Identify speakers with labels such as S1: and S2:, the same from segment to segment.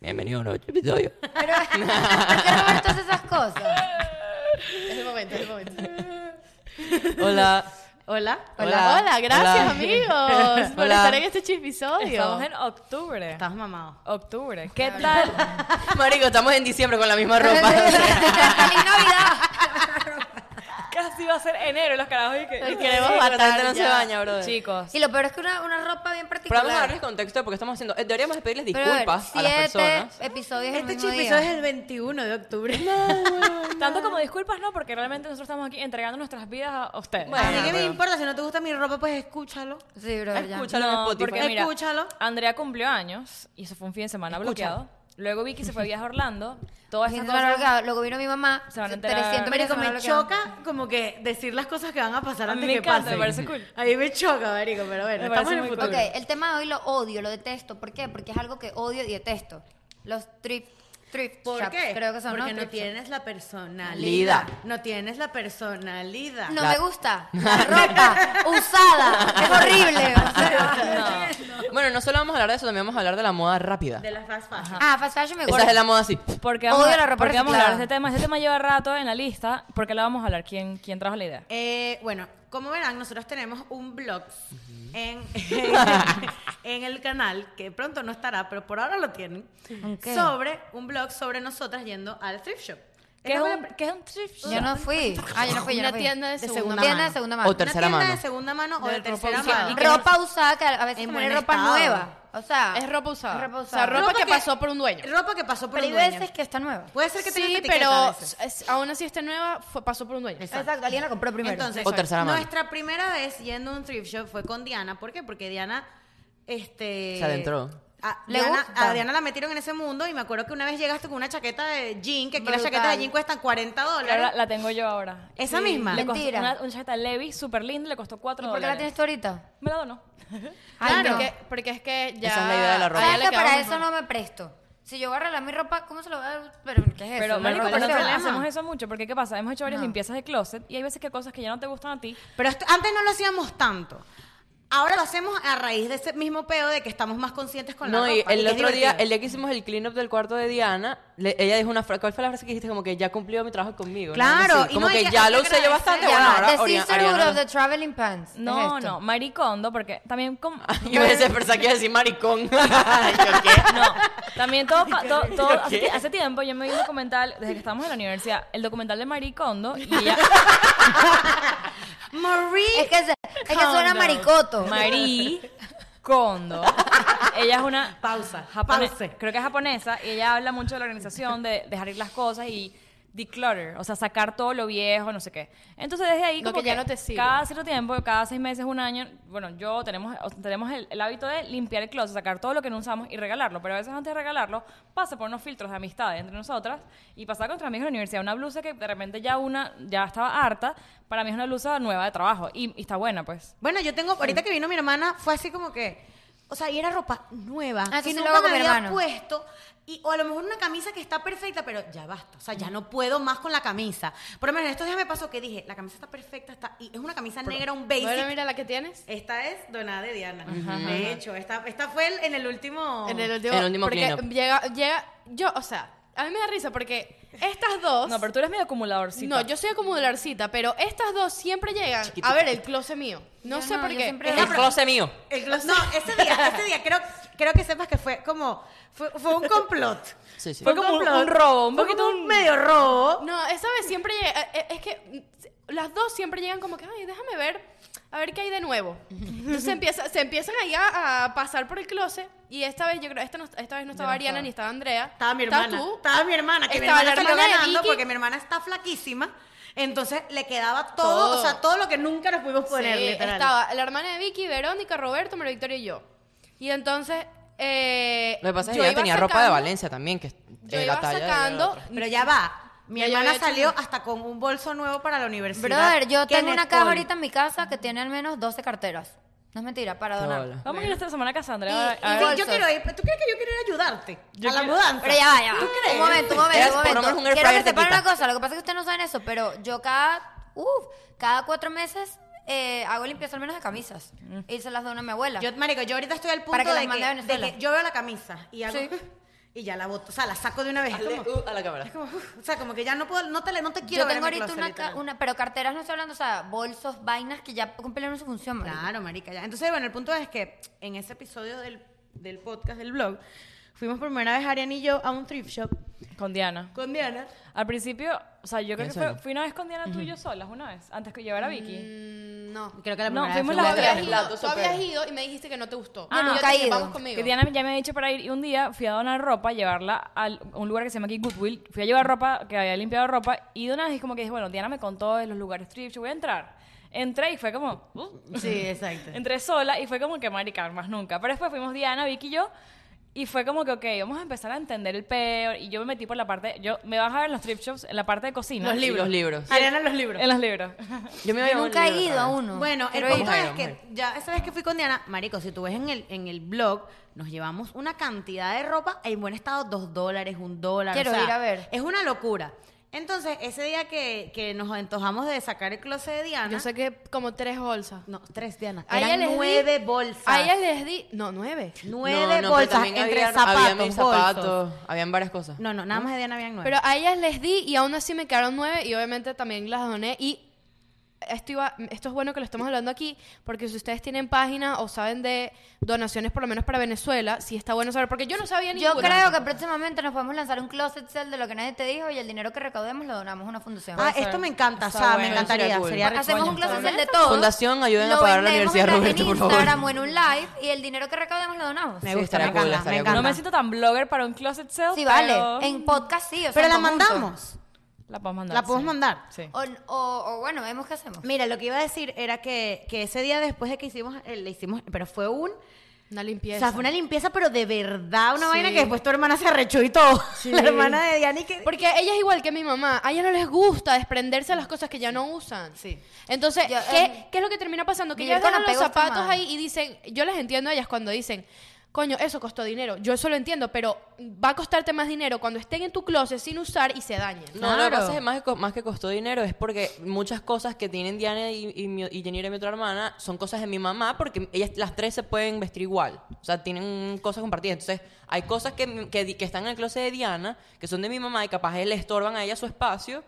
S1: Bienvenido a un nuevo episodio.
S2: Pero ¿por qué no esas cosas? Es el momento, es el momento.
S3: Hola.
S2: Hola.
S3: Hola.
S2: Hola, hola, gracias
S3: Hola.
S2: amigos por
S3: Hola.
S2: estar en este chismisodio.
S4: Estamos en octubre.
S2: Estás mamado.
S4: Octubre. ¿Qué tal?
S3: Marico, estamos en diciembre con la misma ropa.
S2: ¡Feliz Navidad!
S4: Casi va a ser enero los carajos y que...
S2: Nos queremos
S3: Sí,
S2: matar
S3: la gente no
S2: ya.
S3: se baña, brother.
S4: Chicos,
S5: Este
S2: Y lo peor es que una, una ropa bien
S3: Pero vamos a
S2: particular.
S3: darles contexto porque estamos haciendo. eh, deberíamos pedirles
S2: Pero a ver,
S3: disculpas a, las
S2: siete
S3: personas.
S2: episodios el
S5: Este
S2: mismo
S5: chispizo es
S2: día.
S5: el 21 de octubre.
S4: tanto como disculpas no, porque realmente nosotros estamos aquí entregando nuestras vidas a ustedes.
S5: Bueno, a mí
S3: Ajá,
S5: que me
S3: pero-
S5: importa, si no te gusta mi ropa, pues escúchalo.
S2: Sí, bro, ya.
S3: Escúchalo en
S4: No,
S3: Spotify.
S4: porque mira,
S5: Escúchalo.
S4: Andrea cumplió años y eso fue un fin de semana bloqueado. Luego Vicky se fue a viajar a Orlando. Todas
S2: Fin de
S4: esas
S2: semana
S4: cosas...
S2: holgado, Luego vino mi mamá.
S4: Se van
S2: 300
S4: a enterar.
S2: fines de
S5: Marico, me
S2: semana holgado.
S5: choca como que decir las cosas que van a pasar
S4: A
S5: antes
S4: mí me
S5: que
S4: encanta,
S5: pasen.
S4: me parece cool.
S5: A mí me choca, marico, pero bueno,
S4: Me
S5: estamos
S4: parece
S5: en el
S4: muy
S5: futuro.
S2: Ok, el tema de hoy lo odio, lo detesto. ¿Por qué? Porque es algo que odio y detesto. Los thrift, thrift
S5: ¿Por
S2: shops,
S5: qué?
S2: creo que son ¿no?
S5: Porque no
S2: Thrift shops.
S5: tienes la personalidad.
S3: Lida.
S5: No tienes la personalidad.
S2: No me gusta. La ropa usada. Es horrible. o sea.
S3: Bueno, no solo vamos a hablar de eso, también vamos a hablar de la moda rápida.
S5: De las fast fashion.
S2: Ah, fast fashion me
S3: Esa es
S2: gusta.
S3: la moda así.
S4: Porque vamos,
S2: Odio
S4: a-
S2: la ropa
S4: porque vamos a hablar de
S2: reciclada.
S4: este tema. Este tema lleva rato en la lista. ¿Por qué la vamos a hablar? ¿Quién, quién trajo la idea?
S5: Eh, bueno, como verán, nosotros tenemos un blog en, en el canal, que pronto no estará, pero por ahora lo tienen,
S2: Ok.
S5: sobre un blog sobre nosotras yendo al thrift shop.
S4: ¿Qué es un, qué es un thrift shop?
S2: Yo no fui. Ah, yo no fui. Yo
S5: Una
S2: no fui.
S5: tienda de segunda mano.
S2: Tienda de segunda mano.
S3: O tercera
S5: una tienda
S3: mano.
S5: de segunda mano o de, tercera
S2: Sí,
S5: mano.
S2: ropa usada que a veces
S5: En
S2: también es
S5: buen
S2: ropa
S5: estado.
S2: nueva. O sea,
S6: Ah, Es ropa usada.
S2: ropa
S6: O sea,
S2: usada.
S6: ropa, que, pasó por un dueño.
S5: Ropa que pasó por
S2: Pero hay
S5: un dueño.
S2: veces que está nueva.
S5: Puede ser que tenga
S6: sí,
S5: esta etiqueta a
S6: pero
S5: veces.
S6: es- aún así esta nueva fue, pasó por un dueño.
S2: Exacto. alguien la compró primero.
S5: Entonces,
S3: O tercera mano.
S5: nuestra primera vez yendo a un thrift shop fue con Diana. ¿Por qué? Porque Diana, este...
S3: Se adentró.
S5: a
S2: Le
S5: Diana,
S2: gusta.
S5: a Diana la metieron en ese mundo y me acuerdo que una vez llegaste con una chaqueta de jean, que aquí las
S2: Brutal.
S5: chaquetas de jean cuestan 40
S4: La,
S5: dólares.
S4: la- la tengo yo ahora.
S5: Esa misma.
S4: Le costó
S2: Mentira.
S4: Una, una chaqueta Levi súper linda, le costó 4
S2: ¿Y por qué la tienes
S4: dólares.
S2: tú ahorita?
S4: Me la donó.
S2: Ay,
S6: Claro.
S2: no.
S6: Porque, porque es que ya.
S3: Esa es la idea de la ropa.
S6: a ella
S2: ¿Sabes
S6: le
S2: que
S6: quedaba
S2: para
S6: mejor.
S2: eso no me presto? Si yo voy a arreglar mi ropa, ¿cómo se lo voy a dar? Pero, ¿qué es eso?
S4: Pero,
S2: Una
S4: marico,
S2: ropa
S4: pero nosotros
S2: usada.
S4: hacemos eso mucho, porque ¿qué pasa? Hemos hecho varias
S2: No.
S4: limpiezas de closet y hay veces que cosas que ya no te gustan a ti.
S5: Pero esto- antes no lo hacíamos tanto. Ahora lo hacemos a raíz de ese mismo peo de que estamos más conscientes con
S3: No,
S5: la
S3: y
S5: ropa.
S3: el
S5: que es
S3: otro día,
S5: divertido.
S3: el día que hicimos el clean up del cuarto de Diana, le- ella dijo una frase, ¿cuál fue la frase que dijiste? Como que ya cumplió mi trabajo conmigo. ¿no?
S5: Claro,
S3: Algo así.
S5: y
S3: como
S5: no,
S3: que
S5: hay que-
S3: ya
S5: hay
S3: lo
S5: que
S3: usé yo bastante.
S5: agradecer.
S3: Bueno,
S2: Ya,
S3: ahora
S2: The
S3: Ori-
S2: Sisterhood
S3: Ariana-
S2: of the Traveling Pants. ¿Es
S4: No,
S2: esto?
S4: no, maricondo, porque también como...
S3: Yo me desesperé que iba a decir maricón. Yo, ¿qué?
S4: No, también todo, pa- todo, todo- hace, ti- hace tiempo yo me vi un documental, desde que estábamos en la universidad, el documental de maricondo y ella,
S5: Marie,
S2: Es que, se- es que suena maricoto.
S4: Marie Kondo. Ella es una
S5: Pausa,
S4: japone-
S5: pause.
S4: creo que es japonesa y ella habla mucho de la organización, de dejar ir las cosas y declutter, o sea, sacar todo lo viejo, no sé qué. Entonces desde ahí
S6: Lo
S4: como
S6: que ya no te sirve.
S4: cada cierto tiempo, cada seis meses, un año, bueno, yo tenemos o sea, tenemos el, el hábito de limpiar el closet, sacar todo lo que no usamos y regalarlo, pero a veces antes de regalarlo pasa por unos filtros de amistad entre nosotras y pasaba contra amigos de la universidad una blusa que de repente ya una ya estaba harta, para mí es una blusa nueva de trabajo y- y está buena, pues.
S5: Bueno, yo tengo, ahorita que vino mi hermana, fue así como que, o sea, y era ropa nueva,
S2: Ah, eso
S5: que
S2: sí lo
S5: nunca
S2: hago
S5: me
S2: con mi
S5: había
S2: hermano.
S5: puesto, y, o a lo mejor una camisa que está perfecta, pero ya basta, o sea, ya no puedo más con la camisa. Por lo menos en estos días me pasó que dije, la camisa está perfecta, está, y es una camisa negra, un basic.
S6: Bueno, mira la que tienes.
S5: Esta es donada de Diana, de hecho, esta, esta fue el- en el último...
S6: En el último.
S3: En el último
S6: porque
S3: cleanup.
S6: llega, llega. Yo, o sea, a mí me da risa porque estas dos.
S4: No, pero tú eres medio acumuladorcita.
S6: No, yo soy acumuladorcita, pero estas dos siempre llegan a ver el closet mío. No
S2: Yo
S6: sé
S2: no,
S6: por
S2: yo
S6: qué.
S2: siempre-
S3: El closet mío.
S5: el closet. No, ese día, ese día creo, creo que sepas que fue como, fue, fue un complot.
S3: Sí, sí.
S4: Fue como un- un robo, un
S5: Fue
S4: poquito
S5: como un
S4: un-
S5: medio robo.
S6: No, esa vez siempre llega. eh, Es que mm, las dos siempre llegan como que, ay, déjame ver, a ver qué hay de nuevo. Entonces empieza, se empiezan ahí a, a pasar por el closet. Y esta vez, yo creo, esta, no- esta vez no estaba Ariana ni estaba Andrea.
S5: Estaba mi hermana.
S6: Estabas tú.
S5: Estaba mi hermana, que
S6: Estaba
S5: mi
S6: la
S5: hermana salió
S6: hermana de
S5: ganando
S6: Vicky.
S5: porque mi hermana está flaquísima. Entonces le quedaba todo,
S6: Todo.
S5: o sea, todo lo que nunca nos pudimos poner,
S6: Sí,
S5: literal.
S6: estaba la hermana de Vicky, Verónica, Roberto, María Victoria y yo. Y entonces. Eh,
S3: Lo que pasa es
S6: yo
S3: que ella
S6: iba
S3: tenía ropa de
S6: sacando-
S3: Valencia también, que es
S6: Yo
S3: eh,
S6: iba
S3: la talla de- de
S6: sacando.
S3: otra.
S5: Pero ya va. Mi
S6: Ya yo
S5: hermana
S6: había hecho
S5: salió
S6: mi-
S5: hasta con un bolso nuevo para la universidad.
S2: Brother, yo
S5: que
S2: tengo
S5: en
S2: una
S5: Skoll.
S2: caja ahorita en mi casa que tiene al menos 12 carteras. No es mentira, para
S3: Qué
S2: donar.
S3: bola.
S4: Vamos a ir esta semana a Cassandra.
S2: Y-
S4: a-
S2: y
S4: a-
S5: Sí,
S2: bolsas.
S5: yo quiero ir, ¿tú crees que yo quiero ir a ayudarte
S4: Yo
S5: a la
S4: quiero-
S5: mudanza?
S2: Pero ya va, ya va. Un momento, un
S3: Eres
S2: momento,
S3: por lo
S2: un momento.
S3: menos un air
S2: Quiero que
S3: fryer te
S2: sepan una
S3: quita.
S2: cosa. Lo que pasa es que ustedes no saben eso, pero yo cada, uf, cada cuatro meses eh, hago limpieza al menos de camisas.
S3: Mm.
S2: Y se las doy a mi abuela.
S5: Yo, marico, yo ahorita estoy al punto
S2: Para que
S5: de,
S2: las
S5: que,
S2: mande a
S5: de
S2: Venezuela.
S5: que yo veo la camisa y hago
S2: Sí.
S5: y ya la boto, o sea, la saco de una vez.
S3: Hazle,
S5: como-
S3: uh, a la cámara.
S5: es como, uf, o sea, como que ya no puedo, no te, no te quiero
S2: Yo
S5: ver en
S2: tengo
S5: mi
S2: ahorita
S5: closet
S2: una, ca-
S5: literal.
S2: una- pero carteras no estoy hablando, o sea, bolsos, vainas que ya cumplieron su función, marico.
S5: Claro, marica, ya. Entonces, bueno, el punto es que en ese episodio del, del podcast, del blog, fuimos por primera vez Ariana y yo a un thrift shop
S4: Con Diana.
S5: con Diana.
S4: Al principio, o sea, yo creo que
S3: ¿Quién
S4: fue,
S3: soy?
S4: fui una vez con Diana tú y yo solas, una vez, antes que llevara a Vicky.
S6: Mm, no.
S5: Creo que la
S4: No,
S5: primera
S4: fuimos
S5: vez
S6: Tú
S4: las
S5: fue-
S4: tres.
S6: habías,
S3: Las
S6: ido,
S3: dos
S6: tú habías
S3: superan.
S6: ido y me dijiste que no te gustó.
S2: Ah,
S6: Yo
S2: nunca
S6: te
S2: he
S6: dije,
S2: ido.
S6: Vamos conmigo.
S4: Que Diana ya me ha dicho para ir y un día fui a donar ropa, llevarla a un lugar que se llama aquí Goodwill. Fui a llevar ropa, que había limpiado ropa, y de una vez como que dije, bueno, Diana me contó de los lugares trip, yo voy a entrar. Entré y fue como, uh,
S5: Sí, exacto.
S4: Entré sola y fue como que maricar más nunca. Pero después fuimos Diana, Vicky y yo. Y fue como que, ok, vamos a empezar a entender el peo. Y yo me metí por la parte. Yo me vas a ver en los trip shops, en la parte de cocina.
S3: Los libros. Los libros.
S5: Ariana los libros.
S4: En los libros.
S3: Yo me
S2: Yo
S3: había
S2: nunca he ido a uno.
S5: Bueno, el
S2: Quiero ir.
S5: punto
S3: Vamos a
S5: es
S3: ir, vamos
S5: que ya esa vez que fui con Diana, marico, si tú ves en el, en el blog, nos llevamos una cantidad de ropa en buen estado, dos dólares, un dólar.
S2: Quiero
S5: o sea,
S2: ir a ver.
S5: Es una locura. Entonces, ese día que, que nos antojamos de sacar el closet de Diana.
S6: Yo saqué como tres bolsas.
S5: No, tres Diana.
S6: A ella
S5: Eran
S6: les di-
S5: nueve bolsas.
S6: A ella les di. No, nueve.
S5: Nueve bolsas entre zapatos,
S3: había mis zapatos,
S5: bolsos.
S3: habían varias cosas.
S5: No, no, nada más de Diana habían nueve.
S6: Pero a ellas les di y aún así me quedaron nueve y obviamente también las doné y esto, iba, esto es bueno que lo estamos hablando aquí porque si ustedes tienen página o saben de donaciones por lo menos para Venezuela, sí está bueno saber porque yo no sabía
S2: Yo
S6: ninguna.
S2: creo que próximamente nos podemos lanzar un closet sale de lo que nadie te dijo y el dinero que recaudemos lo donamos a una fundación.
S5: ah, esto me encanta, o sea, me
S3: bueno.
S5: encantaría.
S3: Sería cool.
S5: Sería
S2: Hacemos
S5: recoño.
S2: un closet sale de todo.
S3: Fundación, ayuden a
S2: lo
S3: pagar la
S2: vendemos
S3: universidad,
S2: en
S3: Roberto, por
S2: En
S3: favor.
S2: Instagram o en un live y el dinero que recaudemos lo donamos.
S5: Me
S3: Sí,
S5: gusta,
S3: estaría
S5: me
S3: cool,
S5: encanta,
S3: estaría
S5: me
S3: cool.
S5: encanta.
S4: No me siento tan blogger para un closet sale.
S2: Sí, vale.
S4: pero
S2: En podcast sí, o sea,
S5: Pero
S2: en
S5: la
S2: conjunto.
S5: mandamos.
S4: La podemos mandar.
S5: La podemos
S4: sí.
S5: mandar.
S4: Sí.
S2: O, o- o bueno, vemos qué hacemos.
S5: Mira, lo que iba a decir era que, que ese día después de que hicimos, eh, le hicimos, pero fue un,
S6: Una
S5: o
S6: limpieza.
S5: sea, fue una limpieza, pero de verdad, una
S6: Sí.
S5: vaina que después tu hermana se arrechó y todo. La hermana de Diana y que...
S6: Porque ella es igual que mi mamá. A ella no les gusta desprenderse de las cosas que ya no usan.
S5: Sí.
S6: Entonces,
S2: Yo,
S6: ¿qué,
S2: em,
S6: qué es lo que termina pasando? Que
S2: vivir
S6: ellas
S2: con
S6: dejan los
S2: apego está
S6: zapatos
S2: mal.
S6: ahí y dicen... Yo les entiendo a ellas cuando dicen... Coño, eso costó dinero. Yo eso lo entiendo, pero va a costarte más dinero cuando estén en tu closet sin usar y se dañen.
S3: No, lo que
S2: Claro.
S3: pasa es que más que, co- más que costó dinero es porque muchas cosas que tienen Diana y, y, mi- y Jenny, mi otra hermana, son cosas de mi mamá porque ellas las tres se pueden vestir igual. O sea, tienen cosas compartidas. Entonces, hay cosas que, mi- que, di- que están en el closet de Diana, que son de mi mamá y capaz le estorban a ella su espacio.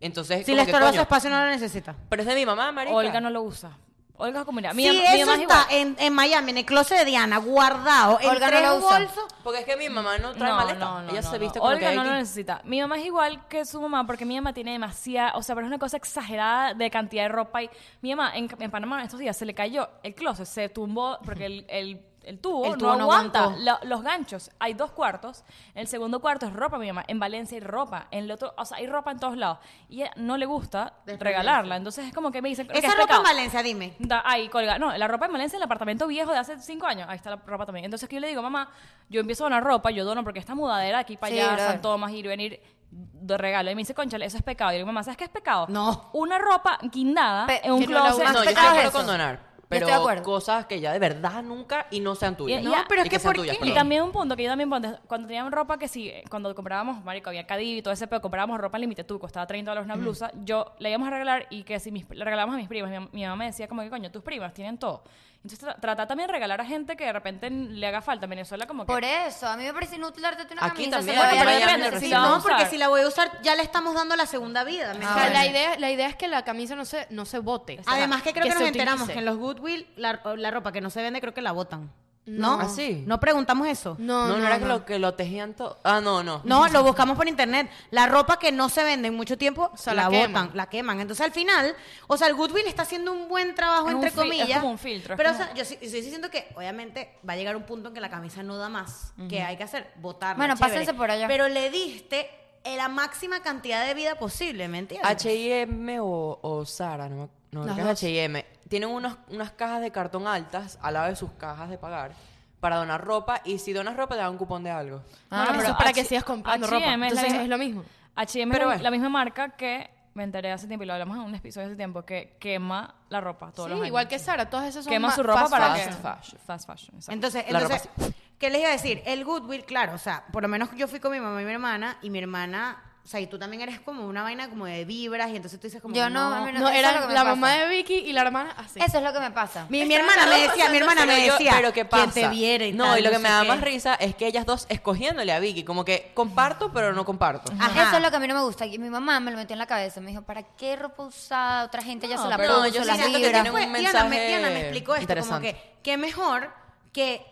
S3: Entonces,
S5: Si
S3: como
S5: le
S3: que,
S5: estorba
S3: coño,
S5: su espacio, no lo necesita.
S3: Pero es de mi mamá, marica.
S4: Olga no lo usa. Olga es como, mira, mi,
S5: si
S4: mi
S5: eso
S4: mamá es
S5: está
S4: igual.
S5: en, en Miami, en el closet de Diana, guardado, en
S2: Olga no
S5: tres
S2: lo usa.
S5: bolsos...
S3: Porque es que mi mamá no trae maleta. ella se viste con lo que
S4: Olga
S3: hay
S4: no lo
S3: aquí.
S4: necesita. Mi mamá es igual que su mamá porque mi mamá tiene demasiada, o sea, pero es una cosa exagerada de cantidad de ropa y mi mamá en, en Panamá estos días se le cayó el closet, se tumbó porque el, el- el tubo,
S5: El tubo
S4: no
S5: no
S4: aguanta
S5: aguantó.
S4: lo- los ganchos. Hay dos cuartos, el segundo cuarto es ropa, mi mamá, en Valencia hay ropa, en el otro, o sea, hay ropa en todos lados y ella no le gusta regalarla, entonces es como que me dicen, "Lo que
S5: Esa
S4: has
S5: ropa en
S4: pecado".
S5: Valencia, dime.
S4: Da- ahí colga. No, la ropa en Valencia, el apartamento viejo de hace cinco años. Ahí está la ropa también. Entonces que yo le digo, mamá, yo empiezo a donar ropa, yo dono porque esta mudadera aquí para
S2: Sí,
S4: allá,
S2: brother.
S4: San Tomás, ir, venir de regalo. Y me dice, conchale, eso es pecado. Y le digo, mamá, ¿sabes qué es pecado?
S5: No.
S4: Una ropa guindada
S2: Pe-
S4: en un
S2: que no la
S4: closet.
S2: usas.
S3: No, yo estoy de
S2: pecado es
S3: acuerdo
S2: eso.
S3: con donar.
S2: Yo
S3: Pero
S2: estoy de acuerdo.
S3: cosas que ya de verdad nunca y no sean tuyas.
S4: Y- ah, No,
S5: pero es que
S3: sean
S5: ¿por
S3: tuyas,
S5: qué?
S4: Y
S3: perdón.
S4: también un punto que yo también ponte- cuando teníamos ropa que sí, eh, cuando comprábamos, marico, había Cadiv y todo ese, pero comprábamos ropa en límite, tú costaba 30 dólares una blusa, yo la íbamos a regalar y que si mis, la regalamos a mis primas, mi, mam- mi mamá me decía como que coño, tus primas tienen todo. Entonces tra- trata también de regalar a gente que de repente n- le haga falta en Venezuela como que...
S2: Por e-, eso, a mí me parece inútil darte una
S3: Aquí
S2: camisa.
S3: también,
S2: se la
S3: bueno,
S2: voy a
S3: pero
S2: dar.
S3: depende,
S2: Sí,
S4: si la
S5: No,
S4: vamos a
S5: porque
S4: usar.
S5: si la voy a usar, ya le estamos dando la segunda vida. ¿me
S6: O sea,
S5: entiendes?
S6: la, idea, la idea es que la camisa no se, no se bote.
S5: Además que creo que, nos
S6: se
S5: enteramos
S6: utilice.
S5: que en los Goodwill la, la ropa que no se vende creo que la botan. ¿No?
S3: ¿Ah, sí?
S5: ¿No preguntamos eso?
S6: No,
S3: No, no,
S6: no,
S3: era
S6: no.
S3: que lo que lo tejían todo. Ah, no, no.
S5: No, lo buscamos por internet. La ropa que no se vende en mucho tiempo,
S6: sea,
S5: la,
S6: la
S5: botan,
S6: queman.
S5: la queman. Entonces, al final, o sea, el Goodwill está haciendo un buen trabajo,
S4: Es un
S5: entre
S4: fil-
S5: comillas.
S4: es como un filtro, es
S5: Pero,
S4: como-
S5: o sea, yo sí- estoy diciendo que, obviamente, va a llegar un punto en que la camisa no da más. que hay que hacer? Botarla,
S2: Bueno,
S5: chévere.
S2: pásense por allá.
S5: Pero le diste eh, la máxima cantidad de vida posible, ¿me entiendes?
S3: H&M o, o Sara, no, me- no creo
S6: Las
S3: que es H&M. Tienen unos- unas cajas de cartón altas al lado de sus cajas de pagar para donar ropa y si donas ropa te dan un cupón de algo.
S6: No,
S4: No,
S6: Ah, eso
S4: pero
S6: es para que
S4: H-
S6: sigas comprando ropa.
S4: H&M es la
S6: Entonces
S4: misma-
S6: es lo mismo.
S4: H&M
S3: Pero
S4: es la-
S3: bueno.
S4: la misma marca que me enteré hace tiempo, y lo hablamos en un episodio hace tiempo, que quema la ropa todos
S6: Sí,
S4: los años.
S6: igual que Sara, todas esas son
S4: quema
S6: ma-
S4: su ropa
S6: fast
S4: para
S6: fashion.
S3: fashion. Fast fashion.
S4: Fast fashion, exacto.
S5: Entonces,
S3: La
S5: entonces ¿qué les iba a decir? El Goodwill, claro, o sea, por lo menos yo fui con mi mamá y mi hermana, y mi hermana, o sea, y tú también eres como una vaina como de vibras, y entonces tú dices como.
S2: Yo no, a mí
S6: No,
S2: Eso es
S6: era
S2: lo que me
S6: la
S2: pasa.
S6: mamá de Vicky y la hermana así.
S2: Eso es lo que me pasa.
S5: Mi, mi hermana me decía, mi hermana me
S3: yo-
S5: decía,
S3: pero ¿qué pasa?
S5: quien te viera y
S3: no,
S5: tal,
S3: y lo que
S5: sé
S3: me da
S5: qué.
S3: más risa es que ellas dos escogiéndole a Vicky, como que comparto, pero no comparto.
S5: Ajá.
S2: Eso es lo que a mí no me gusta. Y mi mamá me lo metió en la cabeza. Me dijo, ¿para qué ropa usada? Otra gente ya
S3: No,
S2: se la
S3: pero
S2: puso,
S3: yo
S2: las
S3: siento que
S2: vibras.
S3: tienen un
S5: Fue- Diana me,
S3: mensaje
S5: Diana me explicó esto, como
S3: interesante.
S5: que, que mejor que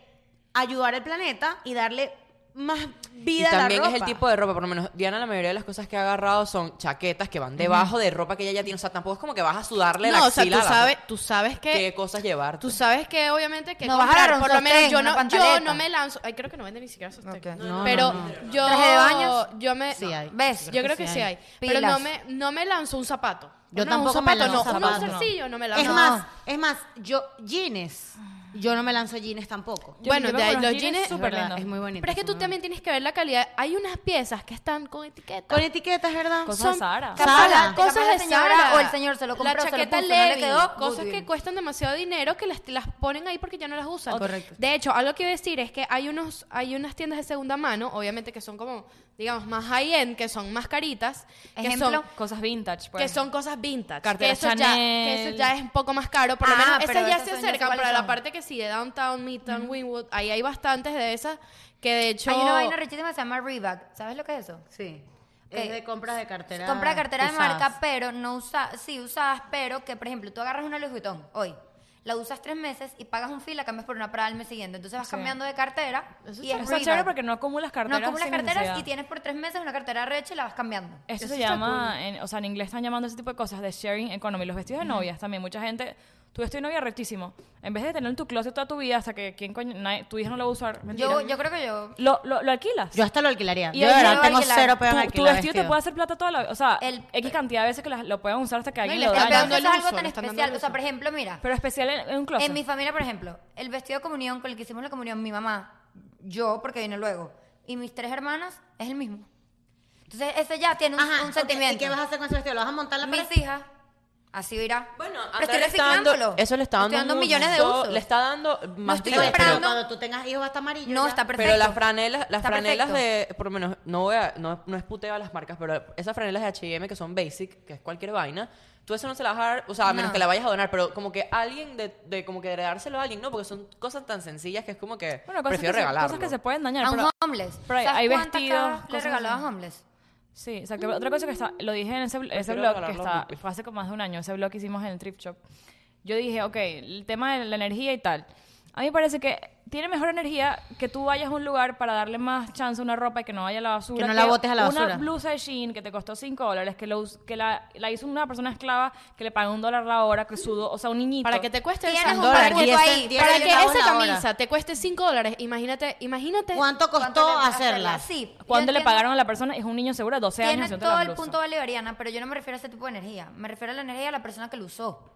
S5: ayudar al planeta y darle más
S3: Y
S5: vida a la
S3: también es el
S5: ropa.
S3: tipo de ropa, por lo menos Diana la mayoría de las cosas que ha agarrado son chaquetas que van debajo de ropa que ella ya tiene, o sea, tampoco es como que vas a sudarle la
S6: No, o sea,
S3: axila
S6: tú
S3: a la-
S6: sabes, tú sabes que
S3: qué cosas llevar.
S6: Tú sabes que obviamente que
S2: No vas a agarrar un
S6: por lo menos
S2: sostén,
S6: yo
S2: una
S6: no,
S2: pantaleta.
S6: yo no me lanzo. Ay, creo que no venden ni siquiera sostén.
S2: Ok. No,
S6: pero yo
S2: ¿Traje de baño?
S6: yo me
S5: Sí
S6: no.
S5: hay.
S2: ¿Ves?
S6: Yo creo que sí hay, pero
S2: Pilas.
S6: no me no me lanzo un zapato.
S5: Yo
S6: No,
S5: tampoco
S6: un
S5: me
S6: zapato,
S5: lanzo
S6: no,
S5: zapatos,
S6: un
S5: no.
S6: zarcillo no me lanzo.
S5: Es
S2: No.
S5: más, es más, yo, jeans, yo no me lanzo jeans tampoco.
S4: Yo
S6: bueno,
S4: me
S6: de ahí
S4: acuerdo,
S6: los
S4: los jeans
S6: jeans
S4: súper lindos.
S5: Es muy bonito.
S6: Pero es que tú también tienes que ver la calidad. Hay unas piezas que están con etiqueta.
S5: Con etiquetas, ¿verdad?
S4: Cosas
S6: Son-
S4: de Sara.
S5: Ca-
S2: Capaz
S5: Sara.
S2: la-
S6: cosas
S2: capaz
S6: de
S2: la señora
S6: Zara.
S2: o el señor se lo compró,
S6: la
S2: se lo
S6: chaqueta
S2: puso, no le
S6: Levi,
S2: quedó,
S6: cosas
S2: Goodwill.
S6: que cuestan demasiado dinero que las, las ponen ahí porque ya no las usan
S5: Correcto.
S6: de hecho algo que iba a decir es que hay unos hay unas tiendas de segunda mano obviamente que son como digamos más high end que son más caritas que
S2: Ejemplo,
S6: son
S4: Cosas vintage, pues.
S6: que son cosas vintage que
S4: Carteras
S6: eso, ya,
S4: Chanel.
S6: que eso ya es un poco más caro por lo
S2: Ah,
S6: menos
S2: pero
S6: esas ya
S2: esas
S6: se
S2: son- ya sé
S6: acercan
S2: cuáles
S6: para la
S2: son.
S6: parte que sí de downtown midtown Wynwood ahí hay bastantes de esas que de hecho
S2: Hay una vaina rechísima que se llama Reebok. ¿Sabes lo que es eso?
S5: Sí.
S2: Ok.
S5: Es de compras de cartera.
S2: Compra cartera de
S5: usadas.
S2: marca, pero no usa, sí usadas, pero que por ejemplo tú agarras una Louis Vuitton hoy, la usas tres meses y pagas un fee, la cambias por una Prada al mes siguiente, entonces vas
S4: Sí.
S2: cambiando de cartera
S6: Eso
S2: y
S6: está-
S2: es
S4: Está chévere
S2: Reebok.
S4: porque no acumulas
S2: no
S4: carteras.
S2: acumulas
S4: sin
S2: carteras y
S4: necesidad.
S2: tienes por tres meses una cartera recha y la vas cambiando.
S4: Eso,
S6: Eso
S4: se
S6: está
S4: llama, en- o sea, en inglés están llamando ese tipo de cosas de sharing economy. Los vestidos de novias también. Mucha gente, tú vestido de novia rechísimo. En vez de tener en tu closet toda tu vida hasta que ¿quién coño? Nadie- tu hija no lo va a usar. mentira.
S2: Yo, yo creo que yo
S4: lo, lo, lo alquilas.
S5: Yo hasta lo alquilaría.
S4: Y
S5: Yo de
S4: ahí
S5: verdad
S2: lo
S5: tengo
S2: alquilar.
S5: cero peor
S4: tu,
S5: en
S4: tu
S5: alquilar
S4: vestido, te puede hacer plata toda la vida. O sea,
S2: El-
S4: X cantidad de veces que las- lo pueden usar hasta que alguien
S6: le
S4: lo
S6: está
S2: pero
S4: daña.
S6: dando
S2: eso es
S6: el
S2: algo
S6: uso,
S2: tan
S6: le están dando
S2: especial,
S6: el
S2: o sea,
S6: uso.
S2: por ejemplo, mira,
S4: Pero especial en, en un closet.
S2: En mi familia, por ejemplo, el vestido de comunión con el que hicimos la comunión, mi mamá, yo, porque vine luego, y mis tres hermanas, es el mismo. Entonces, ese ya tiene un,
S5: Ajá,
S2: un
S5: ok,
S2: sentimiento.
S5: ¿Y qué vas a hacer con ese vestido? ¿Lo vas a montar en la
S2: Mis
S5: pared?
S2: hijas, así irá.
S3: Bueno,
S2: pero
S3: Andrea
S2: estoy
S3: le está dando-
S2: reciclándolo.
S3: eso le está dando,
S2: Estoy dando
S3: mucho-
S2: millones de usos.
S3: Le está dando más
S2: estoy
S3: vida, pero-
S2: comprando.
S5: cuando tú tengas hijos va a estar amarillo.
S2: No,
S5: ya.
S2: está perfecto.
S3: Pero las franelas, las
S2: Está
S3: franelas
S2: perfecto.
S3: de, por lo menos, no voy a, no, no es puteo a las marcas, pero esas franelas de H&M que son basic, que es cualquier vaina, tú eso no se las vas a dar, o sea, a menos
S2: No.
S3: que la vayas a donar, pero como que alguien de, de como que de dárselo a alguien, no, porque son cosas tan sencillas que es como que
S4: Bueno, cosas,
S3: prefiero
S4: que se,
S3: regalarlo.
S4: cosas que se pueden dañar.
S2: A un
S4: pero-
S2: homeless.
S4: pero hay-
S2: ¿Sabes
S4: hay
S2: cuántas
S4: vestidos,
S2: cajas Le
S4: cosas
S2: regalaba
S4: así.
S2: a homeless.
S4: Sí, exacto. Otra cosa que está, lo dije en ese, ese
S3: Prefiero
S4: blog que
S3: regalarlo a
S4: está,
S3: Google.
S4: fue hace como más de un año, ese blog que hicimos en el Trip Shop. Yo dije, ok, el tema de la energía y tal. A mí me parece que tiene mejor energía que tú vayas a un lugar para darle más chance a una ropa y que no vaya a la basura.
S5: Que no la botes a la basura.
S4: Una blusa de jean que te costó 5 dólares, que, lo us- que la, la hizo una persona esclava, que le pagó un dólar la hora, que sudó, o sea, un niñito.
S6: para que te cueste
S2: Tienes
S6: esa,
S2: un
S5: dólares,
S2: barquito
S5: diez
S2: ahí.
S5: cent- diez
S6: para
S5: Pero
S6: que
S5: yo no
S6: esa
S5: hago la hora.
S6: camisa te cueste 5 dólares, imagínate, imagínate
S5: ¿Cuánto
S2: ¿Cuánto
S5: costó
S2: le-
S5: hacerla?
S2: Sí. yo
S4: Cuando le
S2: entiendo-
S4: pagaron a la persona, es un niño seguro de 12 años.
S2: Tiene
S4: haciendo
S2: todo
S4: la
S2: el
S4: blusa.
S2: punto valivariana, pero yo no me refiero a ese tipo de energía. Me refiero a la energía de la persona que lo usó.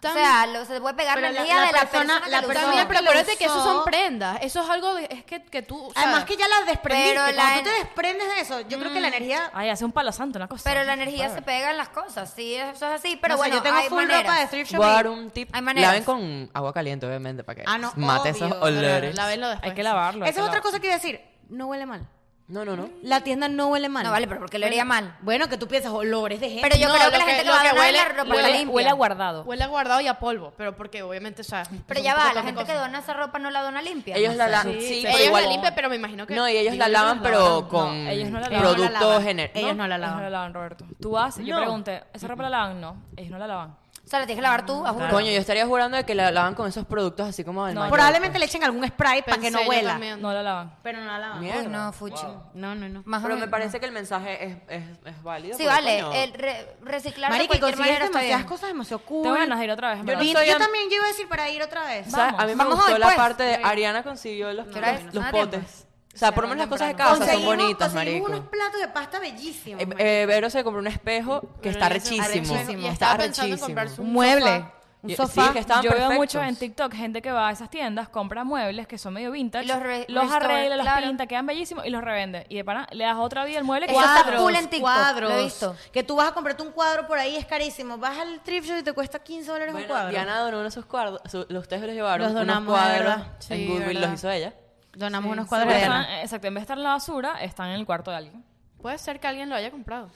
S6: Tam-
S2: o sea, lo- se te puede pegar la,
S5: Pero la-
S2: energía
S5: la
S2: de la
S5: persona-
S2: persona, que
S5: la
S2: lo usó.
S5: persona
S6: También, pero
S5: que lo
S6: acuérdate que eso
S5: usó.
S6: son prendas. Eso es algo de- es que, que tú. o sea,
S5: Además que ya las desprendiste.
S2: Pero la
S5: Cuando tú
S2: en- Mm.
S5: te desprendes de eso, yo creo que la energía...
S4: Ay, hace un palo santo, una cosa.
S2: Pero la
S4: Sí,
S2: energía
S4: whatever.
S2: se pega en las cosas, sí, eso es así. Pero
S5: No sé,
S2: bueno,
S5: yo tengo
S2: hay
S5: full
S2: maneras.
S5: ropa de thrift shop.
S3: Voy a
S5: y-
S3: dar un tip.
S2: Hay maneras.
S3: Laven con agua caliente, obviamente, para que
S5: Ah, no,
S3: mate esos
S5: obvio.
S3: olores.
S6: Lávenlo después.
S4: Hay que lavarlo. hay
S5: Esa
S4: que
S5: es otra
S4: lavarlo.
S5: cosa que iba a decir. No huele mal.
S3: No, no, no.
S5: La tienda no huele mal.
S2: No vale, pero porque le haría mal.
S5: Bueno, que tú piensas olores de gente.
S2: Pero yo
S6: No,
S2: creo que
S6: lo
S2: la
S6: que-
S2: gente
S6: lo
S2: va a
S6: que
S2: donar
S6: huele-
S2: la ropa
S6: huele-
S2: limpia.
S4: Huele a guardado.
S6: Huele a guardado y a polvo, pero porque obviamente, o sea.
S2: Pero ya va, la gente que dona esa ropa no la dona limpia.
S3: Ellos la lavan. Sí,
S6: Sí,
S3: pero
S6: ellos
S3: igual.
S6: la limpian, pero me imagino que.
S3: No, y ellos la
S6: digo,
S3: lavan, pero con
S4: No, ellos no la lavan.
S5: Ellos no la
S3: productos
S5: lavan.
S3: genéricos.
S5: Ellos no la
S4: Ellos no la
S5: lavan.
S4: lavan, Roberto. Tú vas, yo
S3: No.
S4: pregunté, ¿esa ropa la lavan? No, ellos no la lavan.
S2: O sea, la tienes que lavar tú, a juro.
S3: Coño, yo estaría jurando de que la lavan con esos productos así como del
S4: No,
S3: Mallorca.
S5: Probablemente le echen algún spray para que
S6: Pensé
S5: no
S6: yo
S5: huela.
S6: también.
S4: No la lavan.
S5: Pero no la lavan.
S3: Mierda.
S2: Uy, no, fuchi.
S5: No, no, no.
S2: Más o
S3: Pero me
S2: menos.
S3: parece que el mensaje es, es, es válido.
S2: Sí,
S3: porque,
S2: vale,
S3: coño,
S2: el re- reciclar de
S5: Marica, y
S2: cualquier
S5: consigues
S2: manera está
S5: demasiadas
S2: bien.
S5: cosas demasiado cool.
S4: Tengo ganas de ir otra vez. en
S3: Yo no
S4: verdad.
S5: Y-
S3: soy
S5: yo
S3: am-
S5: también yo iba a decir para ir otra vez.
S3: ¿sabes?
S4: Vamos.
S3: A mí me
S2: Vamos
S3: gustó
S2: hoy,
S3: la
S2: pues.
S3: parte de Ariana consiguió los,
S2: ¿Qué hora es?
S3: los
S2: Ah,
S3: potes. O sea, por lo menos las cosas de casa son
S5: Conseguimos-
S3: bonitas,
S5: conseguimos
S3: marico.
S5: unos platos de pasta bellísimos.
S3: Eh,
S5: marico.
S3: eh, Vero se compró un espejo que está
S6: Arrechísimo.
S3: rechísimo.
S6: Y
S3: Está
S6: estaba pensando en
S3: rechísimo.
S6: comprarse un
S5: mueble.
S6: sofá.
S5: Un
S3: Yo-
S5: sofá.
S3: sí, que estaban
S4: yo veo mucho en
S3: perfectos.
S4: TikTok gente que va a esas tiendas, compra muebles que son medio vintage,
S2: Y
S4: los,
S2: los re- restore,
S4: arregla, los
S2: claro.
S4: pinta, quedan bellísimos y los revende. Y de pana le das otra vida al mueble que
S2: Eso está
S4: Cuadros.
S2: cool en TikTok,
S5: cuadros.
S2: lo he visto.
S5: Que tú vas a comprarte un cuadro por ahí, es carísimo. Vas al thrift shop y te cuesta 15 dólares un
S3: Bueno,
S5: cuadro.
S3: Diana donó uno de sus cuadros, su- los ustedes los llevaron,
S5: Los donamos,
S3: unos
S5: de
S3: cuadros,
S5: verdad.
S3: en
S6: Sí,
S3: Goodwill
S6: verdad.
S3: los hizo ella.
S5: Donamos unos
S4: Pero
S5: cuadros de
S4: están-
S5: Diana.
S4: exacto, en vez de estar en la basura, están en el cuarto de alguien.
S6: Puede ser que alguien lo haya comprado.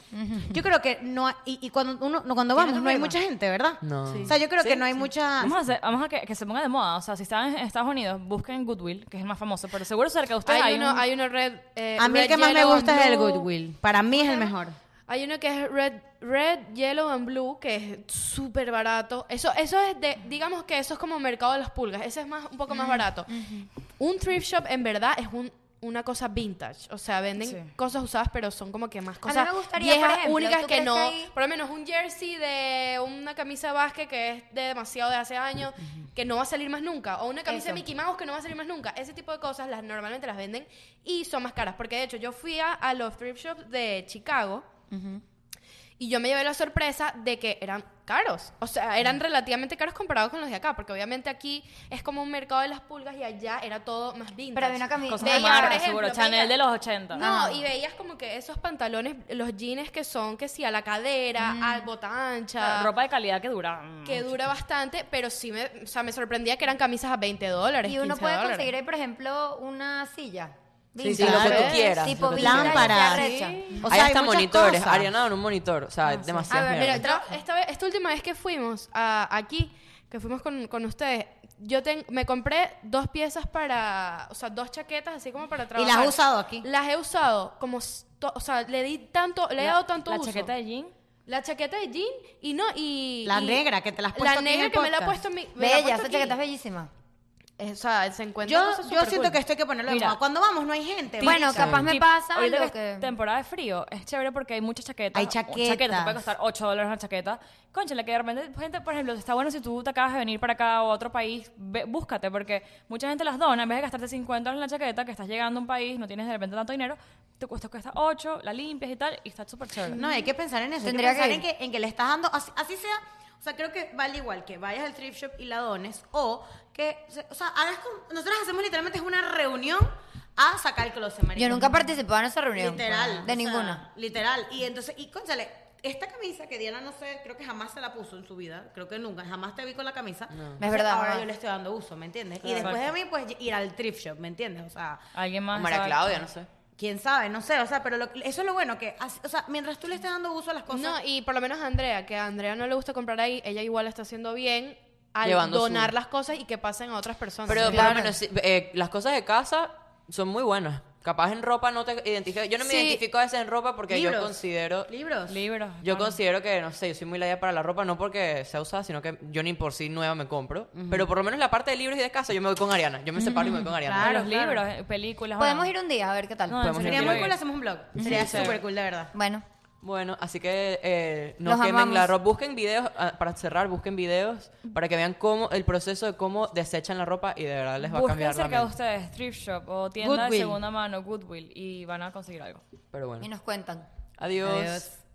S5: Yo creo que no hay- y, y cuando uno no, cuando vamos
S6: Tienes
S5: no hay
S6: razón.
S5: mucha gente, ¿verdad?
S3: No. Sí.
S5: O sea, yo creo que no hay mucha
S4: Vamos a, hacer- vamos a que, que se ponga de moda. O sea, si están en Estados Unidos, busquen Goodwill, que es el más famoso, pero seguro cerca de ustedes
S6: Hay,
S4: hay,
S6: uno,
S4: un-
S6: hay uno red. eh,
S5: A mí el
S6: red,
S5: que más me
S6: yellow
S5: gusta
S6: and
S5: es el
S6: blue.
S5: Goodwill. Para mí es el mejor.
S6: Hay uno que es red, red, yellow and blue, que es súper barato. Eso, eso es de, digamos que eso es como mercado de las pulgas. Ese es más, un poco más barato. Un thrift shop en verdad es un- una cosa vintage. O sea, venden
S4: Sí.
S6: cosas usadas, pero son como que más
S2: mí
S6: cosas
S2: me gustaría, por ejemplo,
S6: únicas
S2: ¿tú
S6: que
S2: crees
S6: no.
S2: que hay-
S6: Por lo menos un jersey de una camisa de básquet que es de demasiado de hace años, que no va a salir más nunca. O una camisa de Mickey Mouse que no va a salir más nunca. Ese tipo de cosas las normalmente las venden y son más caras. Porque de hecho, yo fui a, a los thrift shops de Chicago. Y yo me llevé la sorpresa de que eran caros. O sea,
S2: Mm.
S6: eran relativamente caros comparados con los de acá. Porque obviamente aquí es como un mercado de las pulgas y allá era todo más vintage.
S2: Pero había una Ah. camisa.
S4: cosas
S2: de
S4: de
S6: Veía,
S4: marca,
S6: por ejemplo,
S4: seguro.
S6: veía-
S4: Chanel de los 80.
S6: No,
S4: Ajá.
S6: y veías como que esos pantalones, los jeans que son, que sí, a la cadera,
S2: Mm.
S6: a bota
S2: Ah,
S6: ancha.
S4: Ropa de calidad que dura.
S6: Que dura bastante, pero sí me, o sea, me sorprendía que eran camisas a 20 dólares.
S2: Y uno
S6: 15
S2: puede
S6: dólares.
S2: conseguir ahí, por ejemplo, una silla.
S3: Sí,
S2: vintage,
S3: sí, lo que
S5: claro.
S3: tú quieras.
S2: Tipo
S3: lo que tú quieras.
S5: Lámparas.
S2: lámparas.
S5: O
S3: hay
S5: sea, hay
S3: hasta
S5: muchas
S3: monitores.
S5: cosas.
S3: Ariana donó un monitor. O sea, demasiado.
S2: A ver,
S6: Mira, yo esta, vez- esta última vez que fuimos a- aquí, que fuimos con, con ustedes, yo ten- me compré dos piezas para, o sea, dos chaquetas así como para trabajar.
S5: las has usado aquí?
S6: Las he usado como, s- to- o sea, le di tanto, le he dado tanto
S4: La
S6: uso.
S4: chaqueta de jean.
S6: La chaqueta de jean y no, y...
S5: La
S6: y-
S5: negra que te la has
S6: La
S5: puesto aquí en
S6: negra
S5: el
S6: que me la he
S5: podcast.
S6: puesto en mi... me la he
S2: Bella,
S6: puesto
S2: esa
S6: aquí.
S2: chaqueta es bellísima.
S6: Eh, O sea, se encuentra
S5: Yo,
S6: cosas
S5: yo
S6: supercool.
S5: siento que esto hay que ponerlo de
S4: Mira.
S5: moda. Cuando vamos no hay gente. pues.
S2: Bueno,
S5: marica.
S2: capaz me
S4: Tip-
S2: pasa
S4: ahorita
S2: lo
S4: que
S2: que...
S4: es temporada de frío es chévere porque hay muchas chaquetas
S5: Hay
S4: Un-
S5: chaquetas.
S4: te puede costar 8 dólares una chaqueta conchale que de repente pues, gente por ejemplo está bueno si tú te acabas de venir para acá o a otro país ve- búscate porque mucha gente las dona en vez de gastarte 50 dólares en la chaqueta que estás llegando a un país no tienes de repente tanto dinero te cuesta cuesta 8 la limpias y tal y está súper chévere
S5: No, hay que pensar en eso. hay que
S2: Tendría que
S5: pensar
S2: ir.
S5: en que, en que le estás dando, así, así sea. O sea, creo que vale igual que vayas al thrift shop y la dones o que, se- o sea, hagas con- nosotros hacemos literalmente es una reunión a sacar el closet, marica.
S2: Yo nunca he participado en esa reunión.
S5: Literal.
S2: De
S5: o sea,
S2: ninguna.
S5: Literal. Y entonces, y cónchale, esta camisa que Diana no sé, creo que jamás se la puso en su vida, creo que nunca, jamás te vi con la camisa. Entonces,
S2: verdad,
S5: Ahora
S2: jamás.
S5: yo le estoy dando uso, ¿me entiendes? Y después de mí, pues ir al thrift shop, ¿me entiendes? O sea,
S4: alguien más
S3: María
S4: sabe?
S3: Claudia, no sé.
S5: quién sabe, no sé, o sea, pero lo- eso es lo bueno que, así- o sea, mientras tú le estés dando uso a las cosas.
S6: No, y por lo menos a Andrea, que a Andrea no le gusta comprar ahí, ella igual está haciendo bien al
S3: Llevando su-
S6: donar las cosas y que pasen a otras personas.
S3: Pero por
S2: Claro.
S3: lo menos sí, eh, las cosas de casa son muy buenas. Capaz en ropa no te identificas. Yo no me
S6: Sí.
S3: identifico a veces en ropa porque yo
S5: Libros.
S3: considero.
S5: Libros.
S4: libros
S3: Yo
S4: bueno.
S3: considero que, no sé, yo soy muy laya para la ropa, no porque sea usada, sino que yo ni por sí nueva me compro. Pero por lo menos la parte de libros y de casa, yo me voy con Ariana. Yo me separo y me voy con Ariana.
S4: Ah, los
S5: Claro, claro.
S4: libros eh, películas
S2: Podemos
S4: bueno.
S2: ir un día a ver qué tal.
S4: No,
S3: Podemos
S4: en
S5: Sería
S4: serio,
S5: muy
S4: quiero
S5: cool,
S4: ir.
S5: hacemos un blog. Sería súper cool, de verdad.
S2: Bueno,
S3: Bueno, así que eh, no
S2: Los
S3: quemen
S2: amamos.
S3: la ropa. Busquen videos, ah, para cerrar, busquen videos para que vean cómo el proceso de cómo desechan la ropa y de verdad les va a
S4: Busquen
S3: cambiar la
S4: cerca de
S3: mente.
S4: ustedes thrift shop o tienda de
S5: Goodwill.
S4: segunda mano Goodwill y van a conseguir algo
S3: Pero
S2: y
S3: bueno,
S2: nos cuentan.
S3: adiós.
S5: Adiós.